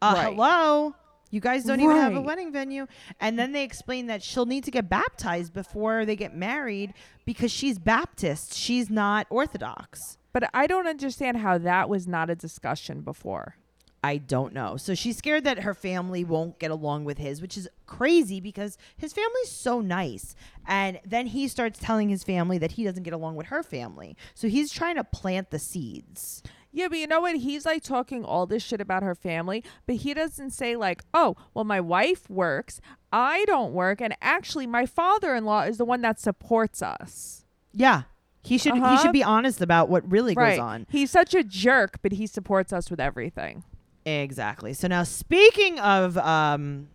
Speaker 1: Uh,
Speaker 2: Right.
Speaker 1: Hello. You guys don't even have a
Speaker 2: Right.
Speaker 1: wedding venue. And then they explain that she'll need to get baptized before they get married because she's Baptist. She's not Orthodox.
Speaker 2: But I don't understand how that was not a discussion before.
Speaker 1: I don't know. So she's scared that her family won't get along with his, which is crazy because his family's so nice. And then he starts telling his family that he doesn't get along with her family. So he's trying to plant the seeds.
Speaker 2: Yeah, but you know what? He's like talking all this shit about her family, but he doesn't say, like, oh, well, my wife works, I don't work, and actually, my father in law is the one that supports us.
Speaker 1: Yeah. He should he
Speaker 2: Uh-huh.
Speaker 1: should be honest about what really
Speaker 2: right.
Speaker 1: goes on.
Speaker 2: He's such a jerk, but he supports us with everything.
Speaker 1: Exactly. So now speaking of um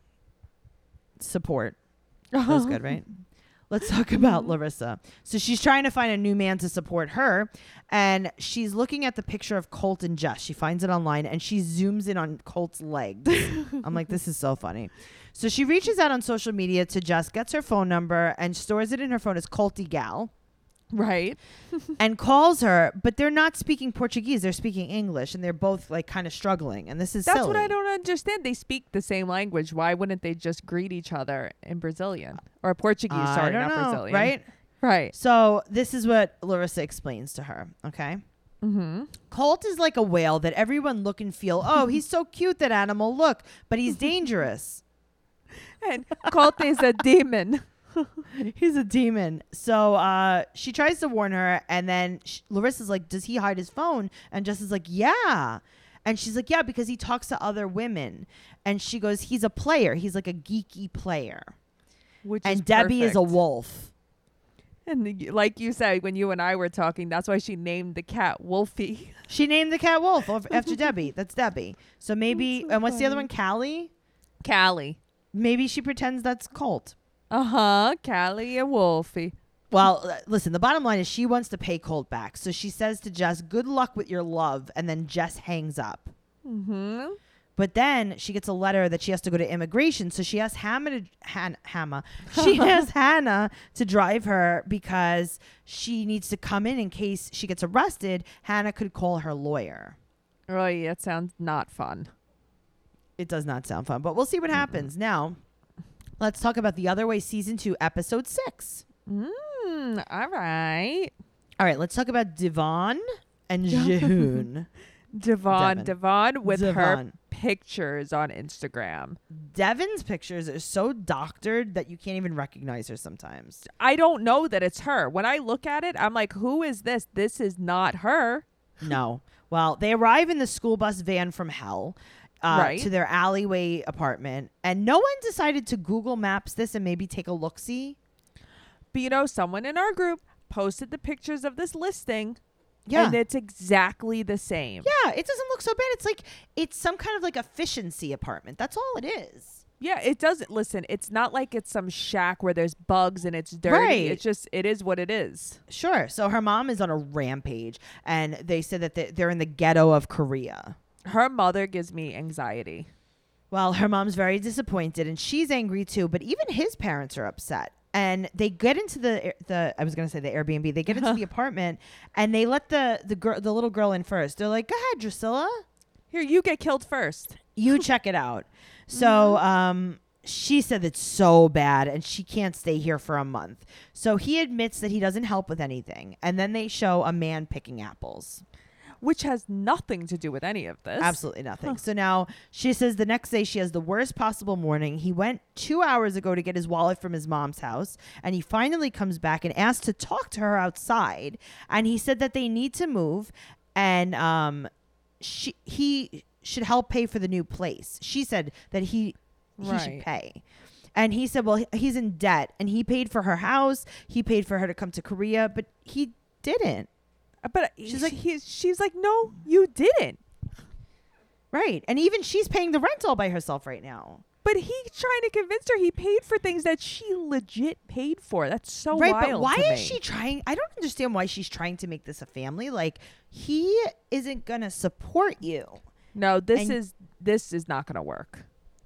Speaker 1: support. That was
Speaker 2: Oh.
Speaker 1: good, right? Let's talk about Larissa. So she's trying to find a new man to support her, and she's looking at the picture of Colt and Jess. She finds it online and she zooms in on Colt's legs. I'm like, this is so funny. So she reaches out on social media to Jess, gets her phone number, and stores it in her phone as Colty Gal
Speaker 2: Right.
Speaker 1: and calls her, but they're not speaking Portuguese. They're speaking English, and they're both like kind of struggling. And this is
Speaker 2: That's
Speaker 1: silly.
Speaker 2: what I don't understand. They speak the same language. Why wouldn't they just greet each other in Brazilian or Portuguese?
Speaker 1: I
Speaker 2: sorry,
Speaker 1: don't
Speaker 2: not
Speaker 1: know,
Speaker 2: Brazilian.
Speaker 1: right?
Speaker 2: Right.
Speaker 1: So this is what Larissa explains to her. Okay.
Speaker 2: Mm-hmm.
Speaker 1: Colt is like a whale that everyone look and feel. Oh, he's so cute, that animal. Look, but he's dangerous.
Speaker 2: And Colt is a demon.
Speaker 1: he's a demon. So uh, she tries to warn her, and then sh- Larissa's like, "Does he hide his phone?" And Jess is like, "Yeah." And she's like, "Yeah, because he talks to other women." And she goes, "He's a player. He's like a geeky player."
Speaker 2: Which
Speaker 1: and Debbie is a
Speaker 2: perfect.
Speaker 1: wolf.
Speaker 2: And y- like you said, when you and I were talking, that's why she named the cat Wolfie.
Speaker 1: She named the cat wolf of- after Debbie. That's Debbie. So maybe,
Speaker 2: That's so
Speaker 1: and what's the other
Speaker 2: funny.
Speaker 1: one? Callie.
Speaker 2: Callie.
Speaker 1: Maybe she pretends that's Colt.
Speaker 2: Uh huh. Callie and Wolfie.
Speaker 1: Well, uh, listen, the bottom line is she wants to pay Colt back. So she says to Jess, Good luck with your love. And then Jess hangs up.
Speaker 2: hmm
Speaker 1: But then she gets a letter that she has to go to immigration. So she asks Hannah, to, Han, Hannah, she asks Hannah to drive her because she needs to come in in case she gets arrested. Hannah could call her lawyer.
Speaker 2: Oh, yeah, it sounds not fun.
Speaker 1: It does not sound fun, but we'll see what happens. Now, let's talk about The Other Way Season 2, Episode 6.
Speaker 2: Mm, all right.
Speaker 1: All right, let's talk about Devon and Jehoon.
Speaker 2: Devon.
Speaker 1: Devon.
Speaker 2: Devon with her
Speaker 1: Devon.
Speaker 2: pictures on Instagram.
Speaker 1: Devon's pictures are so doctored that you can't even recognize her sometimes.
Speaker 2: I don't know that it's her. When I look at it, I'm like, who is this? This is not her.
Speaker 1: No. Well, they arrive in the school bus van from hell uh,
Speaker 2: Right.
Speaker 1: to their alleyway apartment, and no one decided to Google Maps this and maybe take a look see.
Speaker 2: But you know, someone in our group posted the pictures of this listing.
Speaker 1: Yeah.
Speaker 2: And it's exactly the same.
Speaker 1: yeah, it doesn't look so bad. It's like it's some kind of like efficiency apartment. That's all it is.
Speaker 2: Yeah, it doesn't. Listen, it's not like it's some shack where there's bugs and it's dirty.
Speaker 1: Right.
Speaker 2: It's just, it is what it is.
Speaker 1: Sure. So her mom is on a rampage, and they said that they- they're in the ghetto of Korea.
Speaker 2: Her mother gives me anxiety.
Speaker 1: Well, her mom's very disappointed and she's angry too, but even his parents are upset. And they get into the the I was going to say the Airbnb. They get into the apartment and they let the the girl the little girl in first. They're like, "Go ahead, Drusilla.
Speaker 2: Here, you get killed first.
Speaker 1: You check it out." So, um she said it's so bad and she can't stay here for a month. So he admits that he doesn't help with anything. And then they show a man picking apples.
Speaker 2: Which has nothing to do with any of this.
Speaker 1: Absolutely nothing. So now she says the next day she has the worst possible morning. He went two hours ago to get his wallet from his mom's house, and he finally comes back and asks to talk to her outside. And he said that they need to move, and um, she he should help pay for the new place. She said that he he should
Speaker 2: Right.
Speaker 1: pay. And he said, well, he- he's in debt and he paid for her house. He paid for her to come to Korea, but he didn't.
Speaker 2: Uh, But
Speaker 1: She's
Speaker 2: she's
Speaker 1: like-
Speaker 2: like, he's, she's like, no, you didn't.
Speaker 1: Right. And even she's paying the rent all by herself right now.
Speaker 2: But he's trying to convince her he paid for things that she legit paid for. That's so
Speaker 1: right.
Speaker 2: wild.
Speaker 1: But why
Speaker 2: to
Speaker 1: is
Speaker 2: me.
Speaker 1: she trying? I don't understand why she's trying to make this a family. Like, he isn't going to support you.
Speaker 2: No, this
Speaker 1: And-
Speaker 2: is this is not gonna work.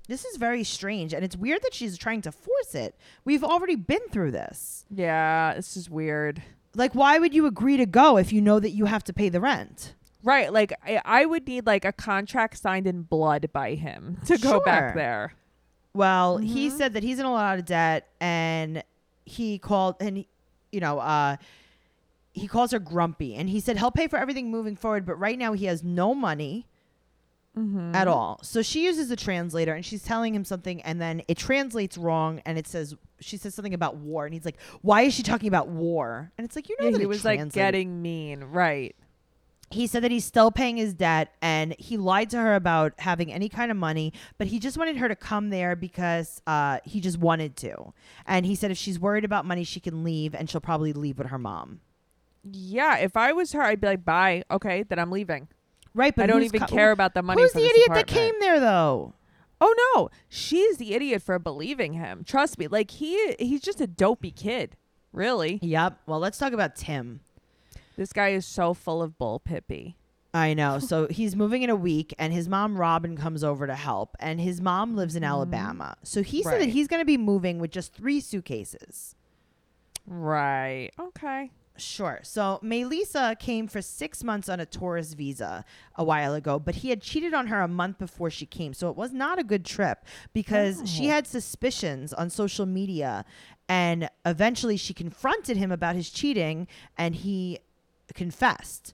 Speaker 1: This is very strange. And it's weird that she's trying to force it. We've already been through this.
Speaker 2: Yeah, this is weird.
Speaker 1: Like, why would you agree to go if you know that you have to pay the rent?
Speaker 2: Right, like I, I would need like a contract signed in blood by him to go
Speaker 1: Sure.
Speaker 2: back there.
Speaker 1: Well, he
Speaker 2: Mm-hmm.
Speaker 1: said that he's in a lot of debt and he called and you know, uh he calls her grumpy and he said he'll pay for everything moving forward, but right now he has no money
Speaker 2: Mm-hmm.
Speaker 1: at all. So she uses a translator and she's telling him something and then it translates wrong and it says she says something about war and he's like, "Why is she talking about war?" And it's like, "You know
Speaker 2: Yeah,
Speaker 1: that
Speaker 2: he
Speaker 1: it
Speaker 2: was like
Speaker 1: translated
Speaker 2: getting mean, right?
Speaker 1: he said that he's still paying his debt and he lied to her about having any kind of money but he just wanted her to come there because uh, he just wanted to and he said if she's worried about money she can leave and she'll probably leave with her mom
Speaker 2: Yeah, if I was her, I'd be like, bye, okay, then I'm leaving.
Speaker 1: right but
Speaker 2: I don't
Speaker 1: who's co-
Speaker 2: even care about the money.
Speaker 1: who's
Speaker 2: for
Speaker 1: the
Speaker 2: this
Speaker 1: idiot that
Speaker 2: apartment.
Speaker 1: came there though
Speaker 2: Oh no, she's the idiot for believing him. Trust me, like he he's just a dopey kid. Really,
Speaker 1: yep well let's talk about tim
Speaker 2: this guy is so full of bull pippy.
Speaker 1: I know. So he's moving in a week, and his mom Robin comes over to help. And his mom lives in Alabama, so he said that
Speaker 2: Mm-hmm. Right.
Speaker 1: he's going to be moving with just three suitcases.
Speaker 2: Right. Okay.
Speaker 1: Sure. So Melissa came for six months on a tourist visa a while ago, but he had cheated on her a month before she came. So it was not a good trip because she
Speaker 2: Oh.
Speaker 1: had suspicions on social media. And eventually she confronted him about his cheating and he confessed.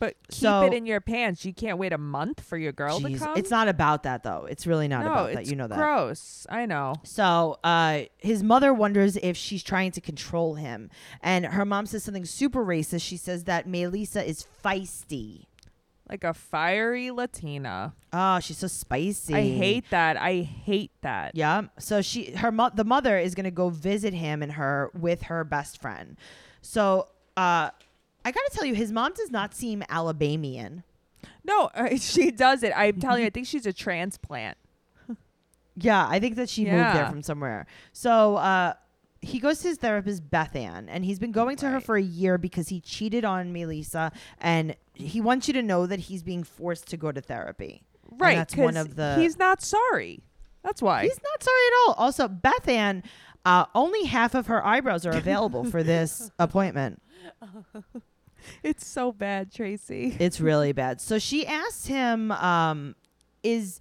Speaker 2: But keep
Speaker 1: So-
Speaker 2: it in your pants. You can't wait a month for your girl
Speaker 1: Jeez,
Speaker 2: to come.
Speaker 1: It's not about that, though. It's really not
Speaker 2: no,
Speaker 1: about that.
Speaker 2: it's
Speaker 1: You know that.
Speaker 2: Gross. I know.
Speaker 1: So uh, his mother wonders if she's trying to control him. And her mom says something super racist. She says that Melissa is feisty.
Speaker 2: Like a fiery Latina.
Speaker 1: Oh, she's so spicy.
Speaker 2: I hate that. I hate that.
Speaker 1: Yeah. So she, her, mo- the mother is gonna go visit him and her with her best friend. So, uh, I gotta tell you, his mom does not seem Alabamian.
Speaker 2: No, uh, she does it. I'm telling you, I think she's a transplant.
Speaker 1: Yeah, I think that she moved there
Speaker 2: Yeah.
Speaker 1: from somewhere. So, uh. He goes to his therapist, Beth Ann, and he's been going to her
Speaker 2: Right.
Speaker 1: for a year because he cheated on Melissa, and he wants you to know that he's being forced to go to therapy. And
Speaker 2: Right.
Speaker 1: that's one
Speaker 2: 'cause
Speaker 1: of the.
Speaker 2: He's not sorry. That's why.
Speaker 1: He's not sorry at all. Also, Beth Ann, uh, only half of her eyebrows are available for this appointment.
Speaker 2: it's so bad, Tracy.
Speaker 1: It's really bad. So she asks him, um, is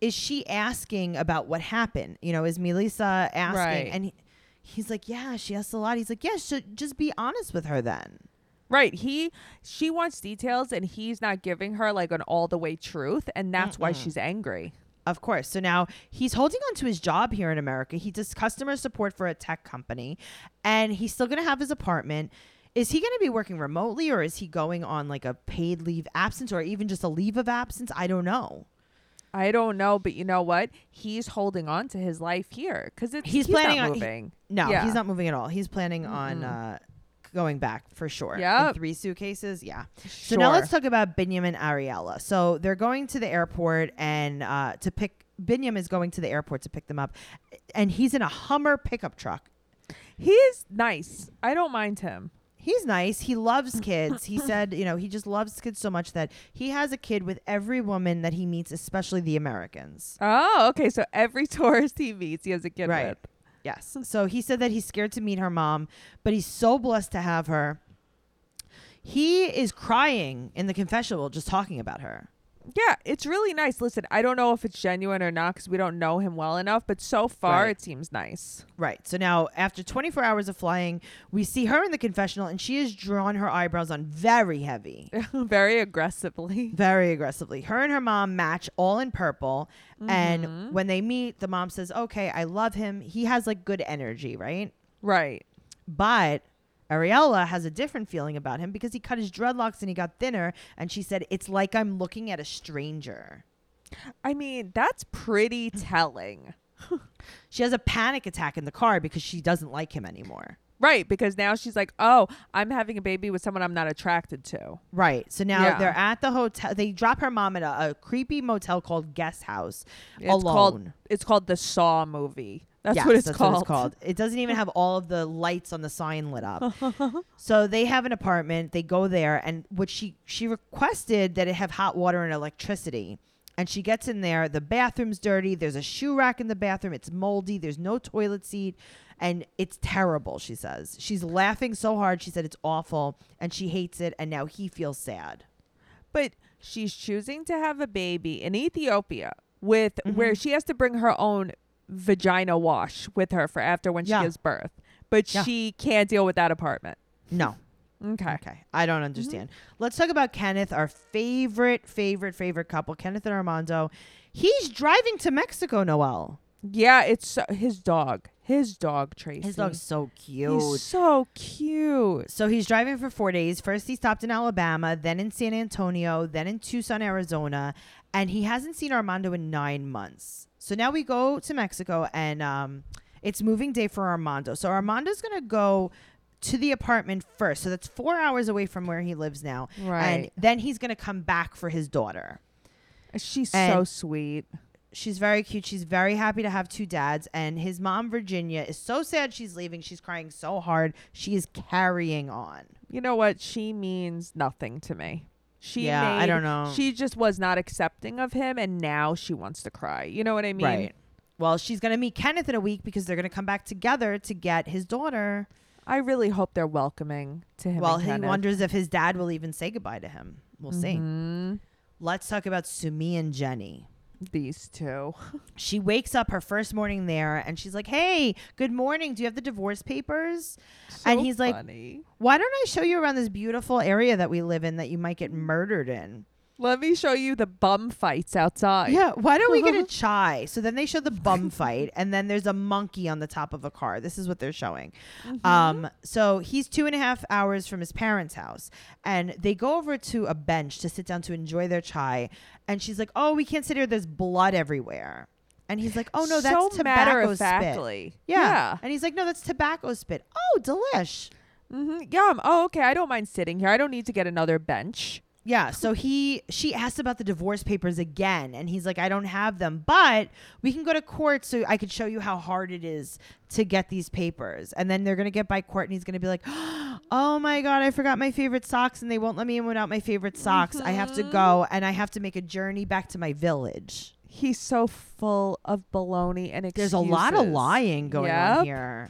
Speaker 1: is she asking about what happened? You know, is Melissa asking?
Speaker 2: Right.
Speaker 1: And he, he's like, yeah, she asked a lot. He's like, yeah, so just be honest with her then.
Speaker 2: Right. He she wants details and he's not giving her like an all the way truth and that's why she's angry.
Speaker 1: Of course. So now he's holding on to his job here in America. He does customer support for a tech company and he's still going to have his apartment. Is he going to be working remotely or is he going on like a paid leave absence or even just a leave of absence? I don't know.
Speaker 2: I don't know, but you know what? He's holding on to his life here cuz it's
Speaker 1: He's planning
Speaker 2: not
Speaker 1: on- e-, he-
Speaker 2: moving.
Speaker 1: No,
Speaker 2: Yeah.
Speaker 1: he's not moving at all. He's planning on
Speaker 2: Mm-mm.
Speaker 1: uh, going back for sure. In
Speaker 2: Yep.
Speaker 1: Three suitcases. Yeah. So
Speaker 2: sure.
Speaker 1: now let's talk about Binyam and Ariella. So they're going to the airport and uh, to pick. Binyam is going to the airport to pick them up, and he's in a Hummer pickup truck.
Speaker 2: He's nice. I don't mind him.
Speaker 1: He's nice. He loves kids. He said, you know, he just loves kids so much that he has a kid with every woman that he meets, especially the Americans.
Speaker 2: Oh, okay. So every tourist he meets, he has a kid
Speaker 1: Right.
Speaker 2: with.
Speaker 1: Yes. So he said that he's scared to meet her mom, but he's so blessed to have her. He is crying in the confessional just talking about her.
Speaker 2: Yeah, it's really nice. Listen, I don't know if it's genuine or not because we don't know him well enough, but so far
Speaker 1: Right.
Speaker 2: it seems nice.
Speaker 1: Right. So now, after 24 hours of flying, we see her in the confessional, and she has drawn her eyebrows on very heavy,
Speaker 2: Very aggressively.
Speaker 1: very aggressively. Her and her mom match all in purple.
Speaker 2: Mm-hmm.
Speaker 1: And when they meet, the mom says, Okay, I love him. He has like good energy, right?
Speaker 2: Right.
Speaker 1: But Ariella has a different feeling about him because he cut his dreadlocks and he got thinner. And she said, It's like I'm looking at a stranger.
Speaker 2: I mean, that's pretty telling.
Speaker 1: She has a panic attack in the car because she doesn't like him anymore.
Speaker 2: Right, because now she's like, "Oh, I'm having a baby with someone I'm not attracted to."
Speaker 1: Right. So now
Speaker 2: Yeah.
Speaker 1: they're at the hotel. They drop her mom at a, a creepy motel called Guest House
Speaker 2: It's
Speaker 1: alone.
Speaker 2: called it's called the Saw movie. That's
Speaker 1: Yes,
Speaker 2: what it's
Speaker 1: that's
Speaker 2: called.
Speaker 1: What it's called. It doesn't even have all of the lights on the sign lit up. so they have an apartment. They go there, and what she she requested that it have hot water and electricity. And she gets in there. The bathroom's dirty. There's a shoe rack in the bathroom. It's moldy. There's no toilet seat, and it's terrible. She says she's laughing so hard. She said it's awful, and she hates it. And now he feels sad.
Speaker 2: But she's choosing to have a baby in Ethiopia with
Speaker 1: Mm-hmm.
Speaker 2: where she has to bring her own vagina wash with her for after when she
Speaker 1: Yeah.
Speaker 2: gives birth. But
Speaker 1: Yeah. Mm.
Speaker 2: she can't deal with that apartment.
Speaker 1: No.
Speaker 2: Okay.
Speaker 1: Okay. I don't understand. Let's talk about Kenneth, our favorite, favorite, favorite couple, Kenneth and Armando. He's driving to Mexico, Noel.
Speaker 2: Yeah, it's so, his dog. His dog, Tracy.
Speaker 1: His dog's so cute.
Speaker 2: He's so cute.
Speaker 1: so he's driving for four days. First, he stopped in Alabama, then in San Antonio, then in Tucson, Arizona, and he hasn't seen Armando in nine months. So now we go to Mexico, and um, it's moving day for Armando. So Armando's gonna go to the apartment first. So that's four hours away from where he lives now, and
Speaker 2: Right.
Speaker 1: then he's gonna come back for his daughter.
Speaker 2: she's so
Speaker 1: and-
Speaker 2: sweet.
Speaker 1: She's very cute. She's very happy to have two dads. And his mom, Virginia, is so sad she's leaving. She's crying so hard. She is carrying on.
Speaker 2: You know what? She means nothing to me. She
Speaker 1: Yeah, I
Speaker 2: made-
Speaker 1: don't know.
Speaker 2: She just was not accepting of him and now she wants to cry. You know what I mean?
Speaker 1: Well, she's going to meet Kenneth in a week because they're going to come back together to get his daughter.
Speaker 2: I really hope they're welcoming to him.
Speaker 1: well,
Speaker 2: and
Speaker 1: he
Speaker 2: Kenneth.
Speaker 1: wonders if his dad will even say goodbye to him. We'll see.
Speaker 2: Mhm.
Speaker 1: Let's talk about Sumi and Jenny.
Speaker 2: Mm-hmm. These two.
Speaker 1: she wakes up her first morning there and she's like, Hey, good morning. Do you have the divorce papers? And
Speaker 2: So
Speaker 1: he's like-
Speaker 2: funny.
Speaker 1: Why don't I show you around this beautiful area that we live in that you might get murdered in?
Speaker 2: Let me show you the bum fights outside.
Speaker 1: Yeah, why don't we get a chai? So then they show the bum fight, and then there's a monkey on the top of a car. This is what they're showing.
Speaker 2: Mm-hmm.
Speaker 1: Um, so he's two and a half hours from his parents' house, and they go over to a bench to sit down to enjoy their chai. And she's like, "Oh, we can't sit here. There's blood everywhere." And he's like, "Oh no, that's tobacco
Speaker 2: so
Speaker 1: spit."
Speaker 2: matter-of-factly.
Speaker 1: Yeah. and he's like, "No, that's tobacco spit." Oh, delish.
Speaker 2: hmm Yum. Oh, okay. I don't mind sitting here. I don't need to get another bench.
Speaker 1: Yeah, so he she asked about the divorce papers again and he's like I don't have them, but we can go to court so I could show you how hard it is to get these papers. And then they're going to get by court and he's going to be like, "Oh my god, I forgot my favorite socks and they won't let me in without my favorite socks. I have to go and I have to make a journey back to my village."
Speaker 2: He's so full of baloney and
Speaker 1: There's
Speaker 2: excuses.
Speaker 1: a lot of lying going on
Speaker 2: Yep.
Speaker 1: here.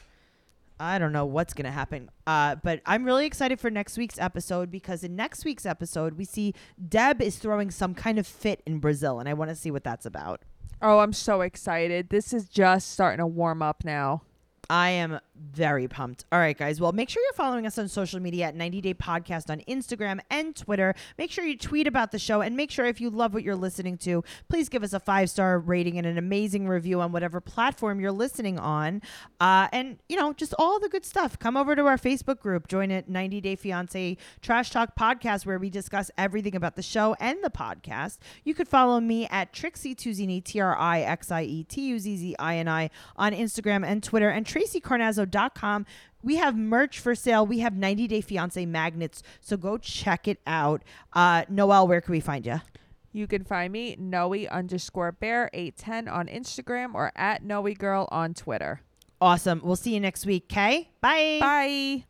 Speaker 1: I don't know what's going to happen. Uh, but I'm really excited for next week's episode because in next week's episode, we see Deb is throwing some kind of fit in Brazil, and I want to see what that's about.
Speaker 2: Oh, I'm so excited. This is just starting to warm up now.
Speaker 1: I am very pumped. All right, guys. Well, make sure you're following us on social media at 90 Day Podcast on Instagram and Twitter. Make sure you tweet about the show and make sure if you love what you're listening to, please give us a five star rating and an amazing review on whatever platform you're listening on. Uh, and, you know, just all the good stuff. Come over to our Facebook group, join it 90 Day Fiance Trash Talk Podcast, where we discuss everything about the show and the podcast. You could follow me at Trixie Tuzini, T R I X I E T U Z Z I N I on Instagram and Twitter and TracyCarnazzo.com. We have merch for sale. We have 90 Day Fiance magnets. So go check it out. Uh, Noel, where can we find you?
Speaker 2: You can find me, Noe underscore bear 810 on Instagram or at Noe Girl on Twitter.
Speaker 1: Awesome. We'll see you next week. Okay. Bye.
Speaker 2: Bye.